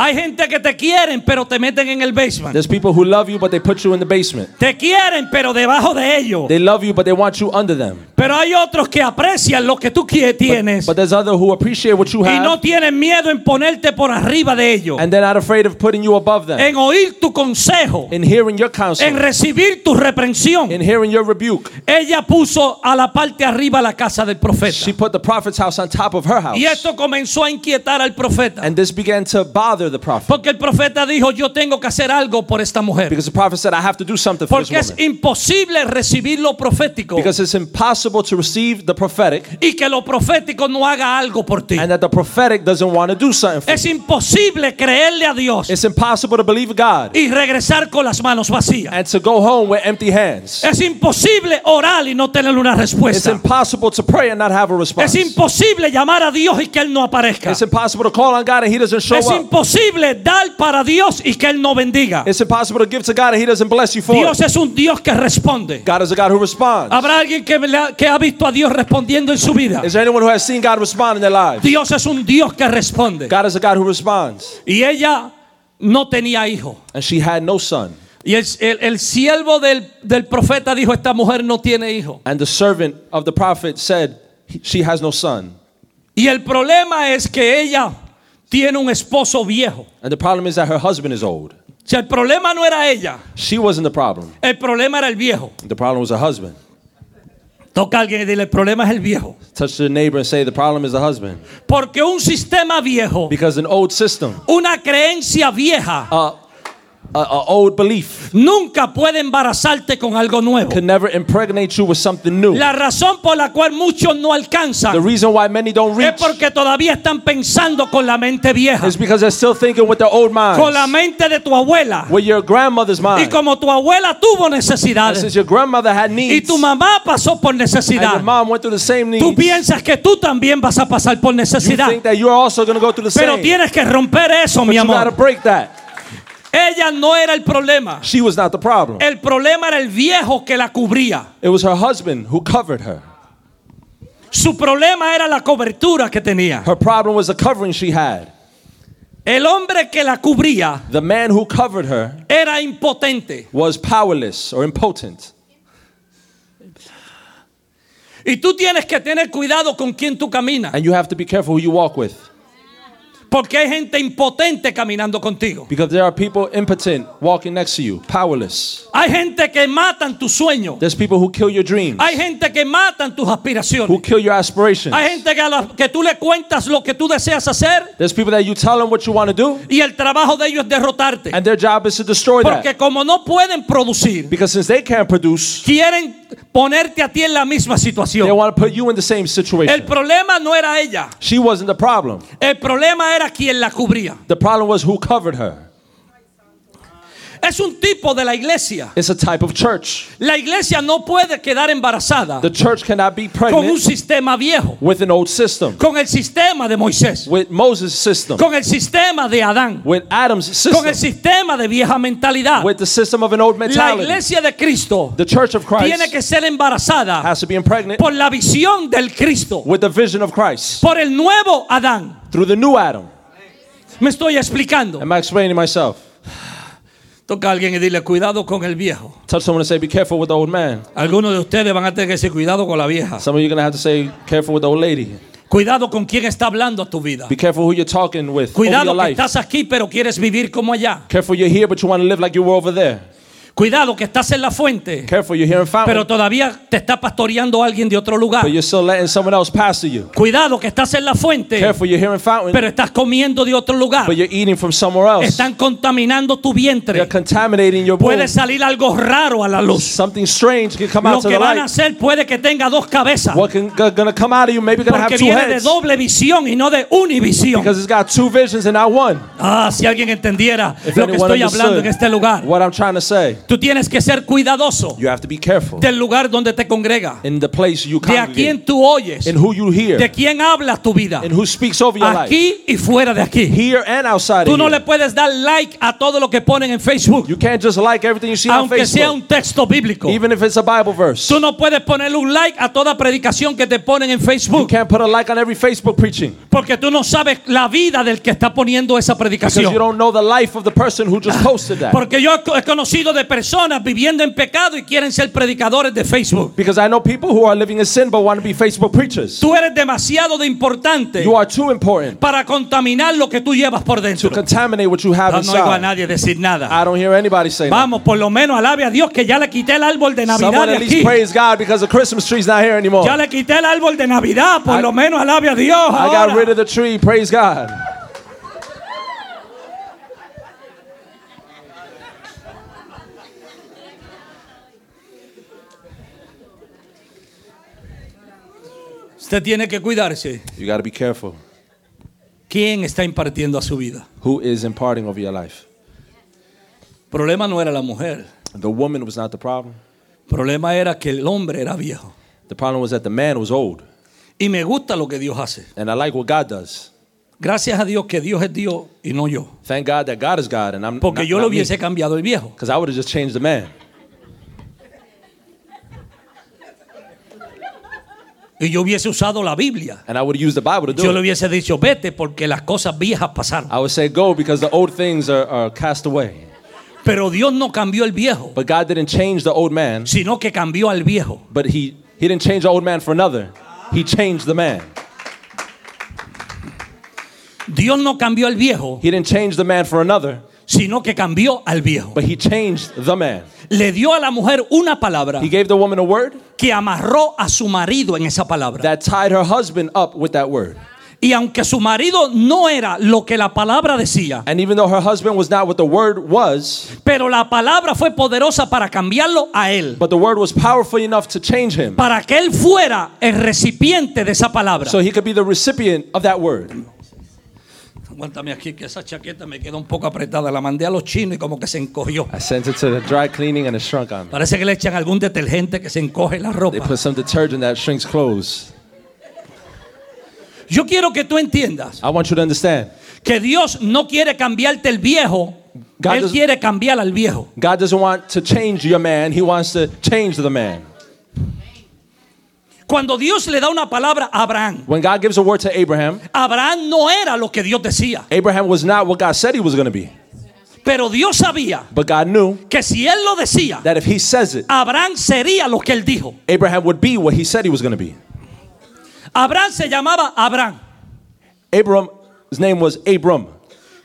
Hay gente que te quieren, pero te meten en el basement. There's people who love you, but they put you in the basement. Te quieren, pero debajo de ellos. They love you, but they want you under them. Pero hay otros que aprecian lo que tú qui- tienes But there's other who appreciate what you y no have tienen miedo en ponerte por arriba de ellos, pues, and they're not afraid of putting you above them. en oír tu consejo, In hearing your en counsel, recibir tu reprensión. in hearing your rebuke, Ella puso a la parte arriba la casa del profeta. she put the prophet's house on top of her house. Y esto comenzó a inquietar al profeta. And this began to bother the prophet Porque el profeta dijo, yo tengo que hacer algo por esta mujer. because the prophet said, I have to do something for Porque es this woman. imposible recibir lo profético Because it's impossible to receive the prophetic y que lo profético no haga algo por ti. and that the prophetic doesn't want to do something for you. Es imposible creerle a Dios It's impossible to believe God y regresar con las manos vacías. and to go home with empty hands. Es imposible orar y no tener una It's respuesta. impossible to pray and not have a Es response. imposible llamar a Dios y que Él no aparezca. It's impossible to call on God and He doesn't show Es up. imposible dar para Dios y que Él no bendiga. It's impossible to give to God and He doesn't bless you for Dios it. es un Dios que responde. God is a God who responds. Habrá alguien que, le ha- que ha visto a Dios respondiendo en su vida. Is there anyone who has seen God respond in their lives? Dios es un Dios que responde. God is a God who responds. Y ella no tenía hijo. And she had no son. Y el, el- el siervo del, del profeta dijo, esta mujer no tiene hijo. And the servant of the prophet said, She has no son. Y el problema es que ella tiene un esposo viejo. And the problem is that her husband is old. O sea, el problema no era ella. She wasn't the problem. El problema era el viejo. The problem was her husband. Toca a alguien y dile, el problema es el viejo. Touch the neighbor and say, The problem is the husband. Porque un sistema viejo, Because an old system, una creencia vieja, uh, a, a old belief, nunca puede embarazarte con algo nuevo. can never impregnate you with something new. La razón por la cual muchos no The alcanzan reason why many don't es reach porque todavía están pensando con la mente vieja, is because they're still thinking with their old con la minds, mente de tu abuela. with your grandmother's Y mind. como tu abuela tuvo And necesidades since your grandmother had y needs, tu mamá pasó por and your necesidad, mom went through the same tú needs, piensas que tú también vas a pasar por you necesidad. think that you're also going to go through the Pero same. tienes que romper eso, mi You got to amor. break that. Ella no era el problema. She was not the problem. El problema era el viejo que la cubría. It was her husband who covered her. Su problema era la cobertura que tenía. Her problem was the covering she had. El hombre que la cubría The man who covered her era impotente. was powerless or impotent. Y tú tienes que tener cuidado con quien tú caminas. And you have to be careful who you walk with Porque hay gente impotente caminando contigo. because there are people impotent walking next to you, powerless. Hay gente que matan tus sueños. There's people who kill your dreams, Hay gente que matan tus who aspiraciones. kill your aspirations. Hay gente que, a la- que tú le cuentas lo que tú deseas hacer There's people that you tell them what you want to do y el trabajo de ellos es derrotarte. and their job is to destroy that. Porque como no pueden producir, Because since they can't produce, quieren ponerte a ti en la misma they situación. want to put you in the same El situation. problema no era ella. She wasn't the problem. El problema era quien la cubría. The problem was who covered her. Es un tipo de la iglesia. It's a type of church. La iglesia no puede quedar embarazada The church cannot be con un pregnant sistema viejo, with an old system, con el sistema de Moisés, with Moses' system, con el sistema de Adán, with Adam's con el system, sistema de vieja mentalidad. with the system of an old La mentality. iglesia de Cristo The church of tiene Christ que ser embarazada has to be impregnant por la visión del Cristo, with the vision of Christ por el nuevo Adán. through the new Adam. Me estoy explicando. Am I explaining myself? Toca a alguien y dile, cuidado con el viejo. Touch someone and say, Be careful with the old man. Algunos de ustedes van a tener que decir, cuidado con la vieja. Some of you are going to have to say, Careful with the old lady. Cuidado con quién está hablando a tu vida. Be careful who you're talking with over your Cuidado que life. estás aquí pero quieres vivir como allá. Careful you're here, but you want to live like you were over there. Cuidado que estás en la fuente Careful you're here in fountain, pero todavía te está pastoreando alguien de otro lugar. but you're still letting someone else pastor you. Cuidado que estás en la fuente Careful you're here in fountain, pero estás comiendo de otro lugar. but you're eating from somewhere else. Están contaminando tu They're vientre. contaminating your Puede bones. salir algo raro a la luz. Something strange can come Lo out to que the van a light. hacer puede que tenga dos cabezas What can g- gonna come out of you? Maybe gonna have porque two viene de heads doble visión y no de univisión. because it's got two visions and not one. Ah, si alguien entendiera If lo que anyone estoy hablando understood en este lugar. what I'm trying to say, Tú tienes que ser cuidadoso you have to be careful del lugar donde te congrega, in the place you de a congregate, quién tú oyes, in who you de hear, quién hablas tu vida, and who speaks over your life, aquí y fuera de aquí. here and outside Tú of no le here. puedes dar like a todo lo que ponen en Facebook, You can't just like everything you see on aunque sea Facebook, un texto bíblico. even if it's a Bible verse. Tú no puedes ponerle un like a toda predicación que te ponen en You Facebook, can't put a like on every Facebook preaching. porque tú no sabes la vida del que está poniendo esa Because you predicación. don't know the life of the person who just posted that. Porque yo he conocido de personas viviendo en pecado y quieren ser predicadores de Facebook. Because I know people who are living in sin but want to be Facebook preachers. Tú eres demasiado de importante You are too important para contaminar lo que tú llevas por to dentro. contaminate what you have Ah, No oigo a inside. Ah, nadie decir nada. I don't hear anybody say that. Vamos, por lo menos alabe a Dios que ya le quité el árbol de Navidad Someone de at aquí. least praise God because the Christmas tree's not here anymore. Ya le quité el árbol de Navidad, por I- lo menos alabe a Dios. I got rid Ahora. of the tree. Praise God. Usted tiene que cuidarse. You got to be careful ¿Quién está impartiendo a su vida? who is imparting over your life. El problema no era la mujer. The woman was not the problem. El problema era que el hombre era viejo. The problem was that the man was old. Y me gusta lo que Dios hace. And I like what God does. Gracias a Dios que Dios es Dios y no yo. Thank God that God is God and I'm Porque yo lo hubiese cambiado el viejo. because I would have just changed the man. Y yo hubiese usado la Biblia. And I would have used the Bible to do Yo it. le hubiese dicho, vete porque las cosas viejas pasaron. I would say go because the old things are, are cast away. Pero Dios no cambió el viejo, But God didn't change the old man, sino que cambió al viejo. but he, he didn't change the old man for another. He changed the man. Dios no cambió al viejo, He didn't change the man for another, sino que cambió al viejo. but he changed the man. Le dio a la mujer una palabra He gave the woman a word que amarró a su marido en esa palabra. that tied her husband up with that word. Y aunque su marido no era lo que la palabra decía, And even though her husband was not what the word was, pero la palabra fue poderosa para cambiarlo a él, but the word was powerful enough to change him para que él fuera el recipiente de esa palabra. so he could be the recipient of that word. Aguántame aquí que esa chaqueta me queda un poco apretada, la mandé a los chinos y como que se encogió. I sent it to the dry cleaning and it shrunk on me. Parece que le echan algún detergente que se encoge la They ropa. put some detergent that shrinks clothes. Yo quiero que tú entiendas I want you to understand que Dios no quiere cambiarte el viejo, God Él doesn't, quiere cambiar al viejo. God doesn't want to change your man, He wants to change the man. Cuando Dios le da una palabra a Abraham, When God gives a word to Abraham, Abraham no era lo que Dios decía, Abraham was not what God said he was going to be. pero Dios sabía But God knew que si él lo decía, that if he says it, Abraham sería lo que él dijo. Abraham would be what he said he was going to be. Abraham se llamaba Abraham, Abram, his name was Abram,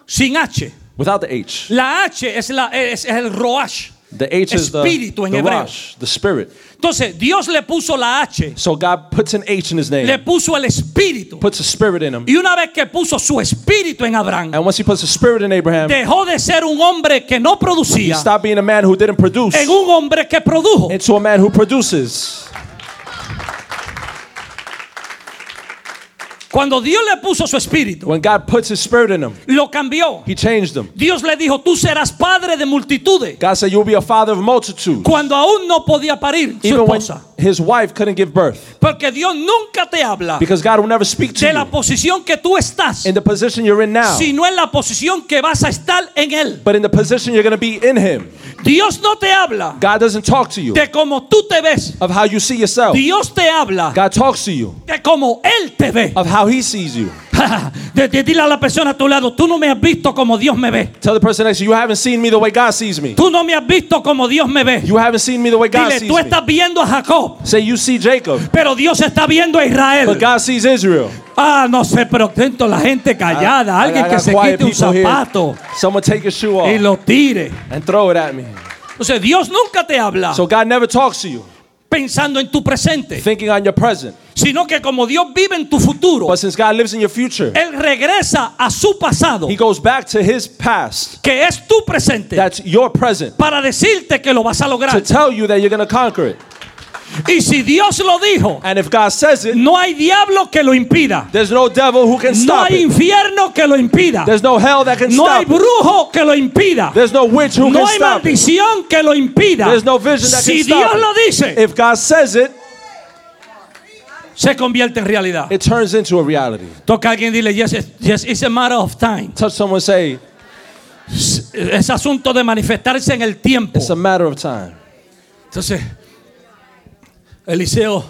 sin H. without the H. La H es, la, es, es el Roash. The H is the, Espíritu en the hebreo. Rosh, the spirit. Entonces, Dios le puso la H, So God puts an H in his le name, puso el espíritu. puts a spirit in him. Y una vez que puso su espíritu en Abraham, And once he puts a spirit in Abraham, dejó de ser un hombre que no he producía stopped being a man who didn't produce en un hombre que produjo. into a man who produces. Cuando Dios le puso su espíritu, When God puts his spirit in him, lo cambió. he changed him. Dios le dijo, tú serás padre de multitudes. God said, You'll be a father of multitudes. Cuando aún no podía parir su Even when esposa. his wife couldn't give birth. Porque Dios nunca te habla Because God will never speak to de la you posición que tú estás, in the position you're in now, sino en la posición que vas a estar en Él. but in the position you're going to be in him. Dios no te habla God doesn't talk to you de cómo tú te ves. of how you see yourself. Dios te habla God talks to you de cómo Él te ve. <laughs> of how he sees you. de, de- dile a la persona a tu lado, tú no me has visto como Dios me ve. Tell the person next to you, you haven't seen me the way God sees me. Tú no me has visto como Dios me ve. You haven't seen me the way God Dile, sees tú me. estás viendo a Jacob, Say, you see Jacob, pero Dios está viendo a but Israel. God sees Israel. Ah, no sé, pero atento la gente callada, I- alguien I que got se quiet quite un people here. zapato Someone take your shoe y off lo tire. and throw it at me. Entonces Dios nunca te habla So God never talks to you pensando en tu presente, thinking on your present. sino que como Dios vive en tu futuro, But since God lives in your future, Él regresa a su pasado, he goes back to his past. que es tu presente, That's your present para decirte que lo vas a to lograr. tell you that you're going to conquer it. Y si Dios lo dijo, And if God says it, no hay diablo que lo impida, there's no devil who can no stop hay it. infierno que lo impida, There's no hell that can no hay stop it. brujo que lo impida. There's no witch who No can hay stop it. maldición que lo impida. There's no vision that si can stop Dios it. Eh, lo dice, If God says it, se convierte en realidad. it turns into a reality. Toca a alguien y dile, yes, it's- yes, it's a matter of time. Touch someone, say, Es asunto de manifestarse en el tiempo. it's a matter of time. Entonces, Eliseo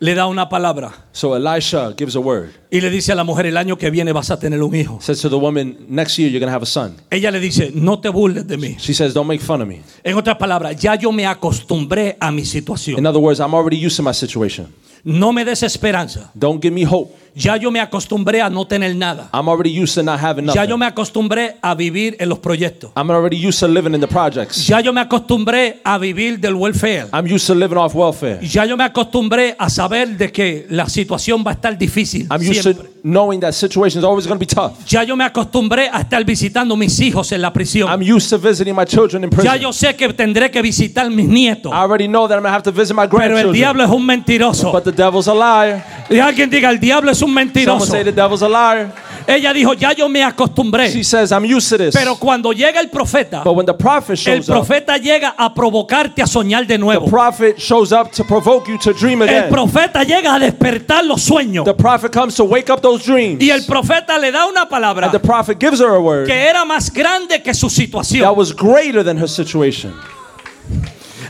le da una palabra So Elisha gives a word. y le dice a la mujer, el año que viene vas a tener un hijo. Says to the woman, next year you're going to have a son. Ella le dice, no te burles de mí. She says, don't make fun of me. En otras palabras, ya yo me acostumbré a mi situación. In other words, I'm already used to my situation. No me des esperanza. Don't give me hope. Ya yo me acostumbré a no tener nada. I'm already used to not having Ya nothing. yo me acostumbré a vivir en los proyectos. I'm already used to living in the projects. Ya yo me acostumbré a vivir del welfare. I'm used to living off welfare. Ya yo me acostumbré a saber de que la situación va a estar difícil. I'm used siempre. to knowing that situations is always going to be tough. Ya yo me acostumbré a estar visitando mis hijos en la prisión. I'm used to visiting my children in Ya prison. yo sé que tendré que visitar mis nietos. I already know that I'm going to have to visit my Pero el grandchildren. diablo es un mentiroso. But the devil's a liar. Y alguien diga, el diablo es un Someone mentiroso. say the devil's a liar. Ella dijo, ya yo me She acostumbré. says, I'm used to this. Pero cuando llega el profeta, but when the prophet el shows up, profeta llega a provocarte a soñar de the nuevo. prophet shows up to provoke you to dream El again. profeta llega a despertar los sueños. The prophet comes to wake up those dreams. Y el profeta le da una palabra And the prophet gives her a word que era más grande que su situación. that was greater than her situation.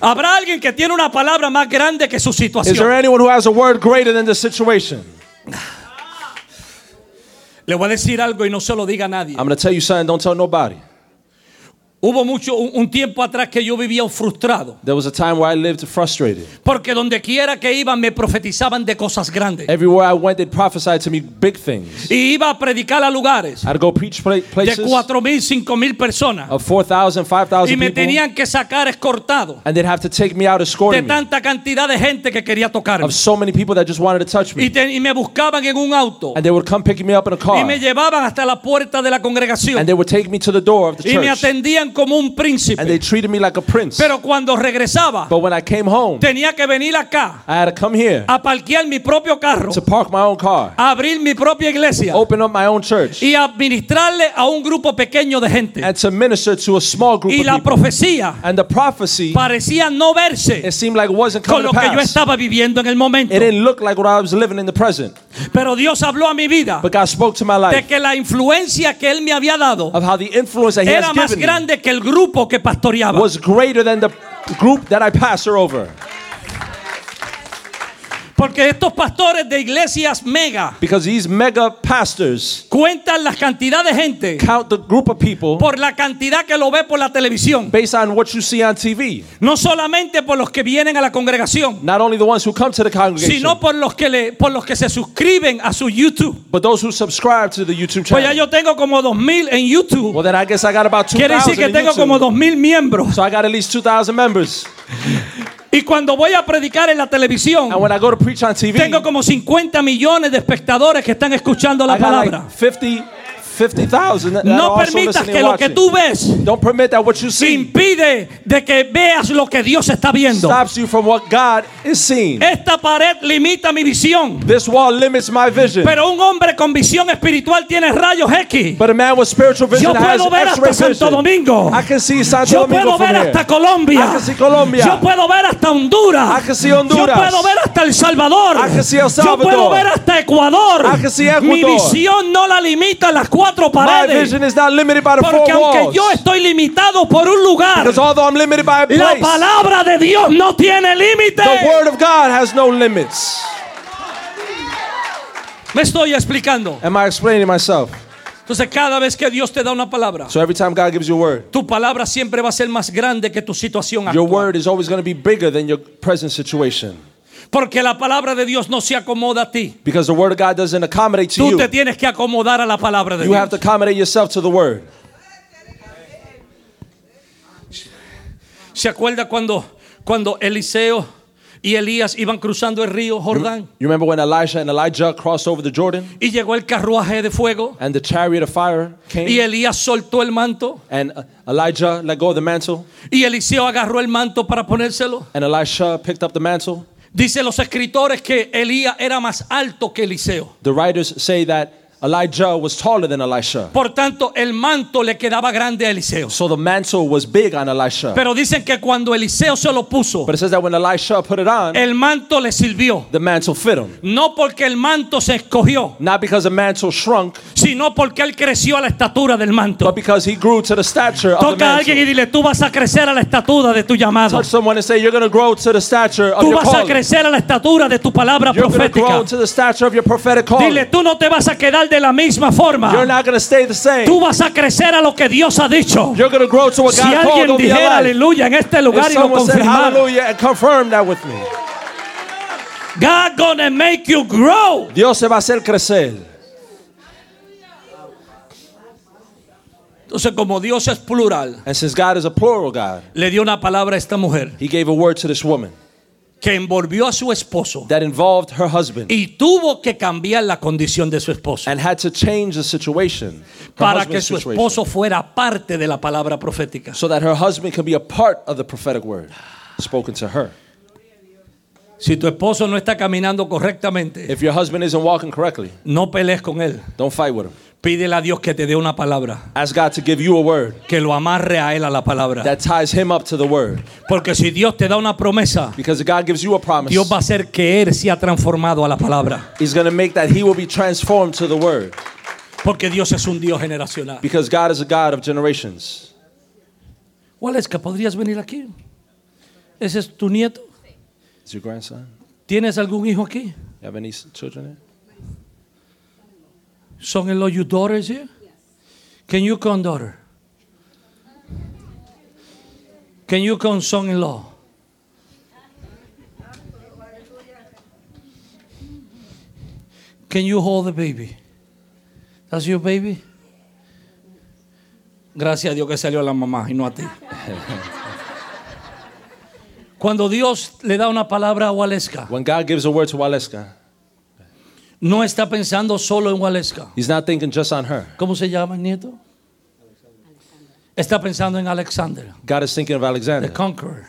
Habrá alguien que tiene una palabra más grande que su Is there situación. anyone who has a word greater than the situation? Le voy a decir algo y no se lo diga a nadie. I'm going to tell you something, don't tell nobody. Hubo mucho un, un tiempo atrás que yo vivía frustrado, There was a time where I lived frustrated. porque donde quiera que iba me profetizaban de cosas grandes. Everywhere I went, they prophesied to me big things. Y iba a predicar a lugares I'd go preach pla- de places cuatro mil, cinco mil personas of 4,000, y 5,000 me people, tenían que sacar escortado and they'd have to take me out de escorting me tanta cantidad de gente que quería tocarme of so many people that just wanted to touch y, me. te- y me buscaban en un auto And they would come pick me up in a y car, me llevaban hasta la puerta de la congregación and they would take me to the door of the y me church, atendían como un and they príncipe. treated me like a prince. Pero cuando regresaba, But when I came home, tenía que venir acá I had to come here a parquear mi propio carro, to park my own car, a abrir mi propia iglesia open up my own church, Ah, y administrarle a un grupo pequeño de gente. and to minister to a small group Y of la people. profecía And the prophecy, parecía no it verse seemed like it wasn't con coming lo to que yo pass. estaba viviendo en el momento. It didn't look like what I was living in the present. Pero Dios habló a mi vida But God spoke to my de life que la influencia que Él me había dado of how the influence that He era has más given me grande que el grupo que pastoreaba. was greater than the group that I pastor over. Porque estos pastores de iglesias mega Because these mega pastors cuentan la cantidad de gente count the group of people por la cantidad que lo ve por la televisión. based on what you see on TV. No solamente por los que vienen a la congregación, Not only the ones who come to the congregation, sino por los que, le, por los que se suscriben a su YouTube. but those who subscribe to the YouTube Pues ya channel. yo tengo como 2000 en YouTube. Well, then I guess I got about Quiere decir 2,000 que in tengo como YouTube. 2000 miembros. So I got at least 2,000 members. Y cuando voy a predicar en la televisión, And when I go to preach on TV, tengo como 50 millones de espectadores que están escuchando la I got like palabra. 50 50,000 that are No also permitas listening que and lo que watching. tú ves Don't permit that what you see impide de que veas lo que Dios está viendo. stops you from what God is seeing. Esta pared limita mi visión. This wall limits my vision. Pero un hombre con visión espiritual tiene rayos X. But a man with spiritual vision Yo has puedo ver X-ray hasta Santo vision. Domingo. I can see Santo Yo Domingo puedo from ver here. hasta Colombia. I can see Ah, Colombia. Yo puedo ver hasta Honduras. I can see Honduras. Yo puedo ver hasta El Salvador. I can see El Yo puedo Salvador. ver hasta Ecuador. I can see Ecuador. Mi visión no la limita las cuatro My paredes. vision is not limited by the Porque four aunque walls. yo estoy limitado por un lugar, because although I'm limited by a place, la palabra de Dios no tiene límite. the word of God has no limits. Me estoy explicando. Am I explaining myself? Entonces cada vez que Dios te da una palabra, So every time God gives you a word, tu palabra siempre va a ser más grande que tu situación your actual. word is always going to be bigger than your present situation. Porque la palabra de Dios no se acomoda a ti. Because the word of God doesn't accommodate to Tú te you. tienes que acomodar a la palabra de You Dios. have to accommodate yourself to the word. ¿Se acuerda cuando, cuando Eliseo y Elías iban cruzando el río Jordán? You remember when Elisha and Elijah crossed over the Jordan Y llegó el carruaje de fuego and the chariot of fire came? y Elías soltó el manto And uh, Elijah let go of the mantle, y Eliseo agarró el manto para ponérselo. and Elisha picked up the mantle. Dicen los escritores que Elías era más alto que Eliseo. The writers say that Elijah was taller than Elisha, Por tanto, el manto le quedaba grande a Eliseo. so the mantle was big on Elisha. Pero dicen que cuando Eliseo se lo puso, But it says that when Elisha put it on, el manto le sirvió. the mantle fit him. No porque el manto se escogió, Not because the mantle shrunk, sino porque él creció a la estatura del manto. but because he grew to the stature of the Toca a alguien y mantle. dile, tú vas a crecer a la estatura de tu llamado. Touch someone and say, You're going to grow to the stature of Tú your vas a calling. crecer a la estatura de tu palabra You're going to profética. grow to the stature of your prophetic Dile, calling. tú no te vas a quedar de la misma You're forma. not going to stay the same. Tú vas a crecer a lo que Dios ha dicho. You're going to grow to what Si Pues God called alguien over your dijera life. aleluya en este lugar If y lo someone said confirmara, hallelujah and confirm that with me. God gonna make you grow. Dios se va a hacer crecer. Entonces, como Dios es plural, And since God is a plural God, le dio una palabra a esta mujer He gave a word to this woman que envolvió a su esposo that involved her husband y tuvo que cambiar la condición de su esposo and had to change the situation her para que husband's su situation, esposo fuera parte de la palabra profética. so that her husband could be a part of the prophetic word spoken to her. Si tu esposo no está caminando correctamente, If your husband isn't walking correctly, no pelees con él. don't fight with him. Pídele a Dios que te dé una palabra, Ask God to give you a word que lo amarre a él a la palabra. that ties him up to the word. Porque si Dios te da una promesa, Because if God gives you a promise, Dios va a hacer que él sea transformado a la palabra. He's going to make that he will be transformed to the word. Porque Dios es un Dios generacional. Because God is a God of generations. Waleska, ¿podrías venir aquí? ¿Ese es tu nieto? Is your grandson? ¿Tienes algún hijo aquí? You have any s- children here? ¿Son en los your daughters here? Can you con daughter? Can you con son-in-law? Can you hold the baby? That's your baby? Gracias a Dios que salió la mamá y no a ti. Cuando Dios le da una palabra a Waleska, When God gives a word to Waleska, no está pensando solo en Waleska. He's not thinking just on her. ¿Cómo se llama el nieto? Está pensando en Alexander, God is thinking of Alexander. the conqueror.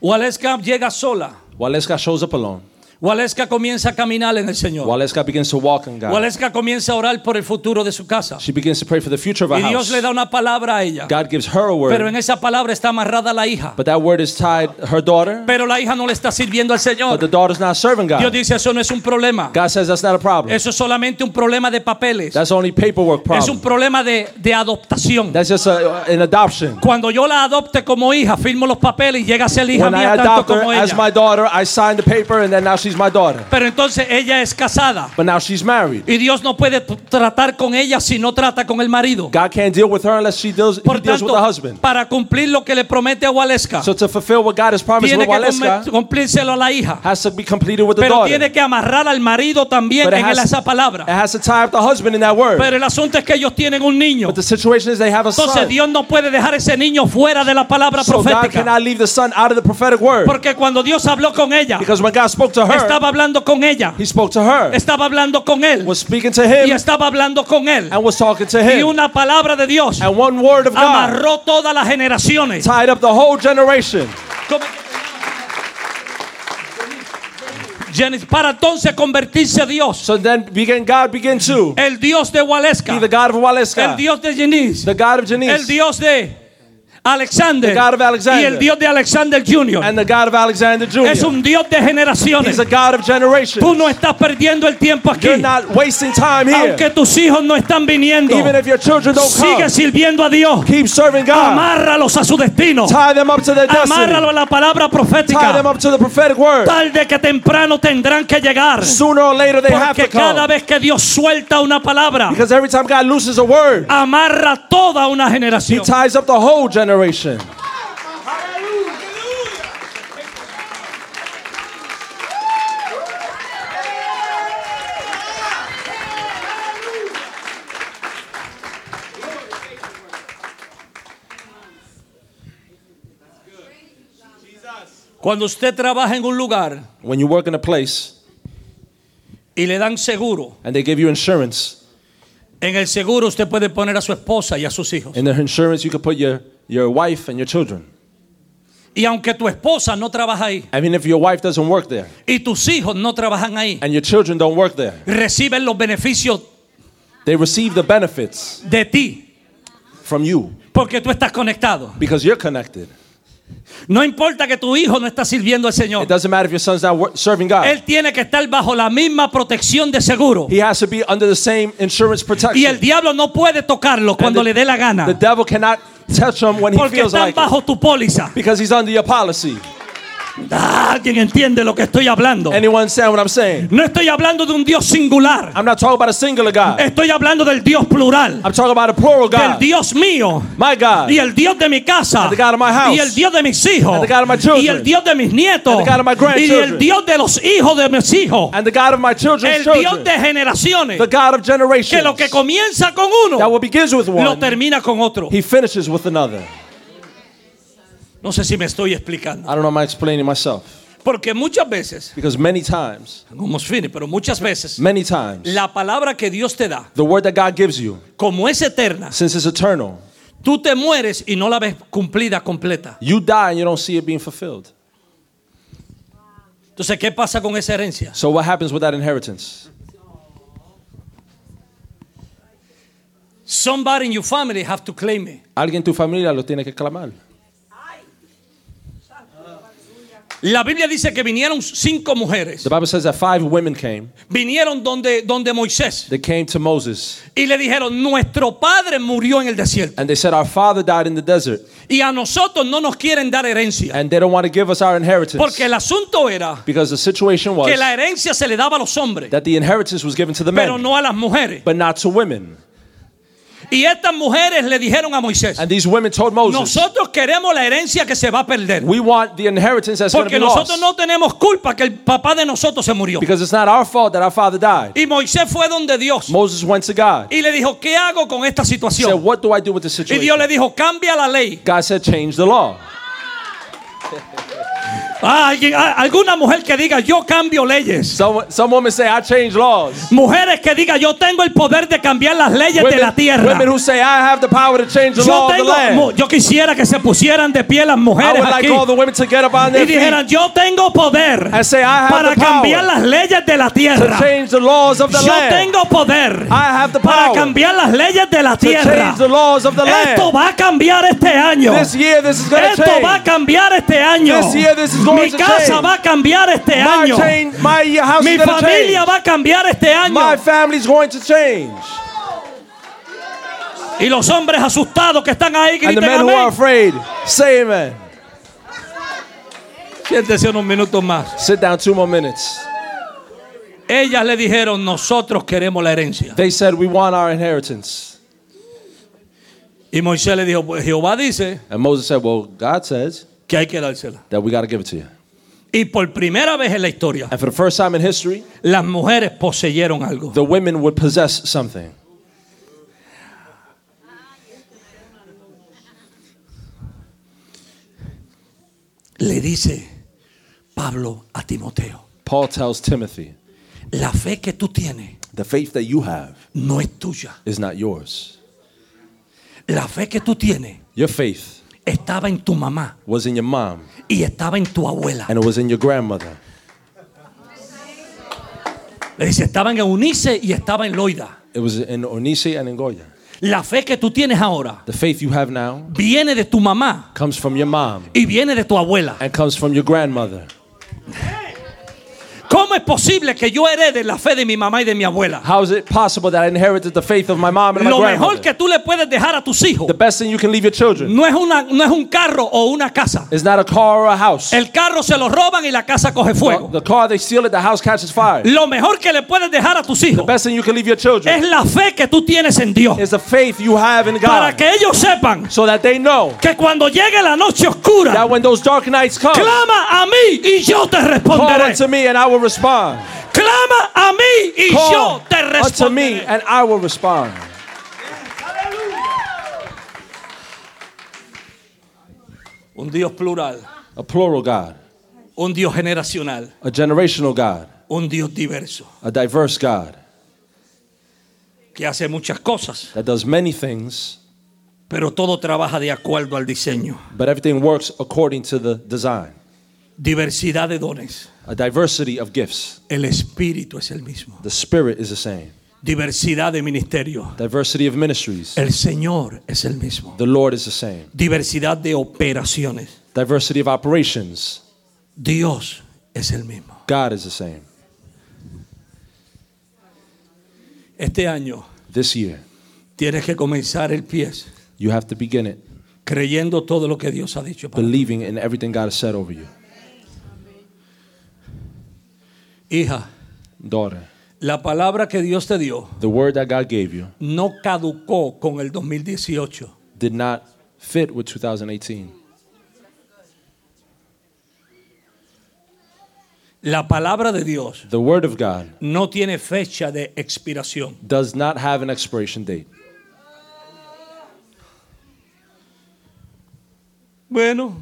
Waleska llega sola. Waleska shows up alone. Waleska comienza a caminar en el Señor. Waleska begins to walk in God. Waleska comienza a orar por el futuro de su casa. She begins to pray for the future of her Y Dios house. le da una palabra a ella. God gives her a Pero word, en esa palabra está amarrada la hija. but that word is tied her daughter, Pero la hija no le está sirviendo al but the Señor. daughter's not serving Dios God. dice, eso no es un problema. God says that's not a problem. Eso es solamente un problema de papeles. That's only paperwork Es un problem. problema de, de adoptación. That's just a, an adoption. Cuando yo la adopte como hija, firmo los papeles y llega a ser hija When mía I tanto adopt her como as ella. my daughter, I sign the paper, and then now she's my daughter. Pero entonces ella es casada. But now she's married. Y Dios no puede t- tratar con ella si no trata con el marido. God can't deal with her unless she deals, he Por deals with tanto, her husband. para cumplir lo que le promete a Waleska, So to fulfill what God has promised tiene with que cum- Waleska cumplírselo a la hija. has to be completed with the Pero daughter. tiene que amarrar al marido también But it en has- esa It palabra. has to tie up the husband in that word. Pero el asunto es que ellos tienen un niño. But the situation is they have a Entonces son. Dios no puede dejar ese niño fuera de la palabra So God profética. cannot leave the son out of the prophetic word. Porque cuando Dios habló con ella, Because when God spoke to her, estaba hablando con ella, he spoke to her, estaba hablando con él was speaking to y him, estaba hablando con él. and was talking to Y him. una palabra de Dios And one word of God amarró todas las generaciones. tied up the whole generation. Como- Genesis- Para entonces convertirse Dios, So then began God began to el Dios de be the Waleska, God of el Waleska, Dios de Genis, the God of el Janice, Dios de Alexander The God of Alexander. y el Dios de Alexander Jr. and the God of Alexander Es Jr. un Dios de He's generaciones. the God of generations. Tú no estás perdiendo el tiempo aquí. You're not wasting time here. Aunque tus hijos no están viniendo, Even if your children don't sigue come, sirviendo a Dios. keep serving God. Amárralos a su destino. Tie them up to their Amárralo destiny. a la palabra Tie them profética. up to the prophetic word. Tarde que temprano tendrán que llegar. Sooner or later, they have to Porque cada come. vez que Dios suelta una palabra, Because every time God loses a word, amarra toda una He generación. ties up the whole generation. Cuando usted trabaja en un lugar When you work in a place y le dan seguro, and they give you insurance, en el seguro usted puede poner a su esposa y a sus hijos. in the insurance, you can put your, your wife and your children. Y aunque tu esposa no trabaja ahí I mean, if your wife doesn't work there y tus hijos no trabajan ahí, and your children don't work there, reciben los beneficios they receive the benefits de ti from you porque tú estás conectado. because you're connected. No importa que tu hijo no está sirviendo al It Señor. doesn't matter if your son's not wor- serving God. Él tiene que estar bajo la misma protección de seguro. He has to be under the same insurance Y el protection. diablo no puede tocarlo cuando le dé la The gana. devil cannot touch him when he Porque feels están like it bajo tu póliza. because he's under your policy. Ah, Alguien entiende lo que estoy hablando. Anyone understand what I'm saying? No estoy hablando de un Dios singular. I'm not talking about a singular God. Estoy hablando del Dios plural. I'm talking about a plural Del God. Dios mío. My God. Y el Dios de mi casa. And the God of my house. Y el Dios de mis hijos. And the God of my children. Y el Dios de mis nietos. And the God of my Y grandchildren. el Dios de los hijos de mis hijos. And the God of my children's El Dios children. de generaciones. The God of generations. Que lo que comienza con That uno what begins with lo one, termina con otro. he finishes with another. No sé si me estoy explicando. I don't know am I explaining myself. Porque muchas veces, Because many times, almost finished, pero muchas veces, many times, la palabra que Dios te da, the word that God gives you, como es eterna, since it's eternal, tú te mueres y no la ves cumplida completa. you die and you don't see it being fulfilled. Entonces, ¿qué pasa con esa herencia? So what happens with that inheritance? Somebody in your family have to claim it. Alguien en tu familia lo tiene que clamar. La Biblia dice que vinieron cinco mujeres. The Bible says that five women came. Vinieron donde, donde Moisés They came to Moses y le dijeron, nuestro padre murió en el desierto and they said, Our father died in the desert y a nosotros no nos quieren dar herencia. and they don't want to give us our inheritance. Porque el asunto era Because the situation que was la herencia se le daba a los hombres, that the inheritance was given to the pero men, no a las mujeres. but not to women. Y estas mujeres le dijeron a Moisés, And these women told Moses, nosotros queremos la herencia que se va a perder. We want the inheritance that's going to Porque be nosotros lost. no tenemos culpa que el papá de nosotros se murió. Because it's not our fault that our father died. Y Moisés fue donde Dios Moses went to God. y le dijo, ¿qué hago con esta He said, situación? What do I do with this Y Dios situation? le dijo, cambia la ley. God said, Change the law. Ah, alguien- ah, alguna mujer que diga yo cambio leyes. Some, some women say, I change laws. Mujeres que diga yo tengo el poder de cambiar las leyes de la tierra. women who say, I have the power to change the Yo law of the tengo, mu- land. yo quisiera que se pusieran de pie las I mujeres would like aquí all the women to get up on y their dijeran feet yo tengo poder and say, I have para the power cambiar las leyes de la to tierra. change the laws of the Yo land. tengo poder I have the para power cambiar las leyes de la to tierra. change the laws of the Esto land. va a cambiar este año. This year, this is going to Esto va a change. cambiar este año. This year, this is going Mi to casa change. va a cambiar este My, año. change, my house Mi is going to familia change. va a cambiar este año. My family's going to change. Y los hombres asustados que están ahí And griten the men who amén. are afraid, say amen. Siéntese unos minutos más. Sit down two more minutes. Ellas le dijeron, nosotros queremos la herencia. They said, We want our inheritance. Y Moisés le dijo, pues Jehová dice And Moses said, Well, God says que hay que dársela. that we got to give it to you. Y por primera vez en la historia, And for the first time in history, las mujeres poseyeron algo. the women would possess something. Le dice Pablo a Timoteo, Paul tells Timothy, la fe que tú tienes The faith that you have no es tuya. is not yours. La fe que tú tienes Your faith estaba en tu mamá was in your mom, y estaba en tu abuela. and it was in your grandmother. Le dice, estaba en Eunice y estaba en Loida. It was in Onise and in Goya. La fe que tú tienes ahora The faith you have now viene de tu mamá comes from your mom y viene de tu abuela. and comes from your grandmother. ¿Cómo es posible que yo herede la fe de mi mamá y de mi abuela? How is it possible that I inherited the faith of my mom and my Lo grandmother? mejor que tú le puedes dejar a tus hijos The best thing you can leave your children no es, una, no es un carro o una casa. is not a car or a house. El carro se lo roban y la casa coge The, fuego. the car, they steal it, the house catches fire. Lo mejor que le puedes dejar a tus hijos Best thing you can leave your children es la fe que tú tienes en Dios. is the faith you have in Para God. que ellos sepan So that they know que cuando llegue la noche oscura, that when those dark nights come, clama a mí y yo te call responderé. unto me and I will respond. Clama a mí y Call yo te unto me responderé. and I will respond. Un Dios plural, A plural God, un Dios generacional, a generational God, un Dios diverso, a diverse God que hace muchas cosas, that does many things, pero todo trabaja de acuerdo al diseño. but everything works according to the design. Diversidad de dones. A diversity of gifts. El espíritu es el mismo. The spirit is the same. Diversidad de ministerio. Diversity of ministries. El Señor es el mismo. The Lord is the same. Diversidad de operaciones. Diversity of operations. Dios es el mismo. God is the same. Este año This year, tienes que comenzar el pie you have to begin it creyendo todo lo que Dios ha dicho. para ti. believing in everything God has said over you. Hija, Daughter, la palabra que Dios te dio the word that God gave you no caducó con el 2018. did not fit with 2018. La palabra de Dios The word of God no tiene fecha de expiración. does not have an expiration date. Bueno,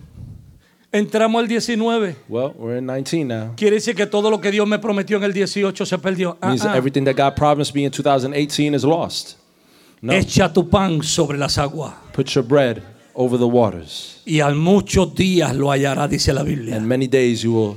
entramos al 19. Well, we're in 19 now. Quiere decir que todo lo que Dios me prometió en el 18 se perdió. Ah, Means that ah. everything that God promised me in 2018 is lost. No. Echa tu pan sobre las aguas Put your bread over the waters, y al muchos días lo hallará, dice la Biblia. and many days you will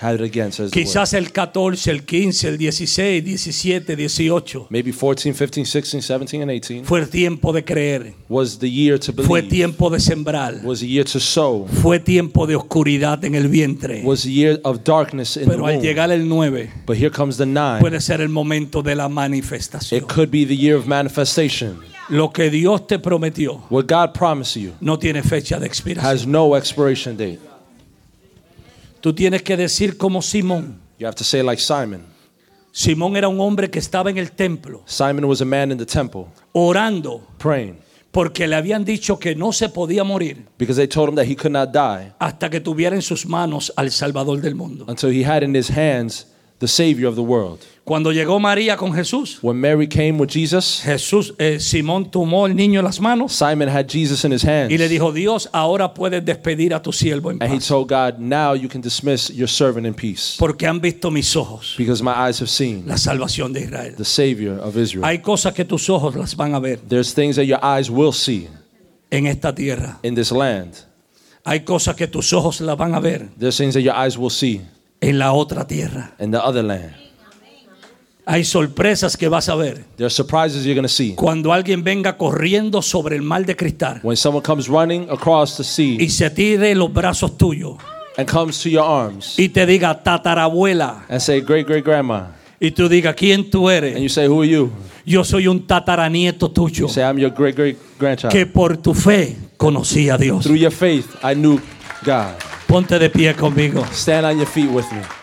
have it again, says the word. Quizás el 14, el 15, el 16, 17, 18. Maybe 14, 15, 16, 17, and 18 Fue el tiempo de creer, was the year to fue believe, tiempo de sembrar, was a year to sow, fue tiempo de oscuridad en el vientre. was a year of darkness in the Pero al womb. llegar el 9, But here comes the nine. puede ser el momento de la manifestación. It could be the year of manifestation. Lo que Dios te prometió What God promised you no tiene fecha de expiración. has no expiration date. Tú tienes que decir como Simón. You have to say, like Simon. Simón era un hombre que estaba en el templo Simon was a man in the temple orando praying porque le habían dicho que no se podía morir because they told him that he could not die hasta que tuviera en sus manos al Salvador del mundo. until he had in his hands the Savior of the world. Cuando llegó María con Jesús, When Mary came with Jesus, Jesús, eh, Simón tomó el niño en las manos Simon had Jesus in his hands. y le dijo, Dios, ahora puedes despedir a tu siervo en And he paz, told God, Now you can dismiss your servant in peace, porque han visto mis ojos because my eyes have seen la salvación de Israel. the Savior of Israel. Hay cosas que tus ojos las van a ver There's things that your eyes will see en esta tierra. in this land, Hay cosas que tus ojos las van a ver there's things that your eyes will see en la otra tierra. in the other land. Hay sorpresas que vas a ver There are surprises you're going to see. cuando alguien venga corriendo sobre el mar de cristal When someone comes running across the sea y se tire en los brazos tuyos and comes to your arms y te diga tatarabuela and say, Great great grandma, y tú digas quién tú and eres. you say, Who are you? Yo soy un tataranieto tuyo You say, I'm your great great grandchild. que por tu fe conocí a Dios. Through your faith, I knew God. Ponte de pie conmigo. Stand on your feet with me.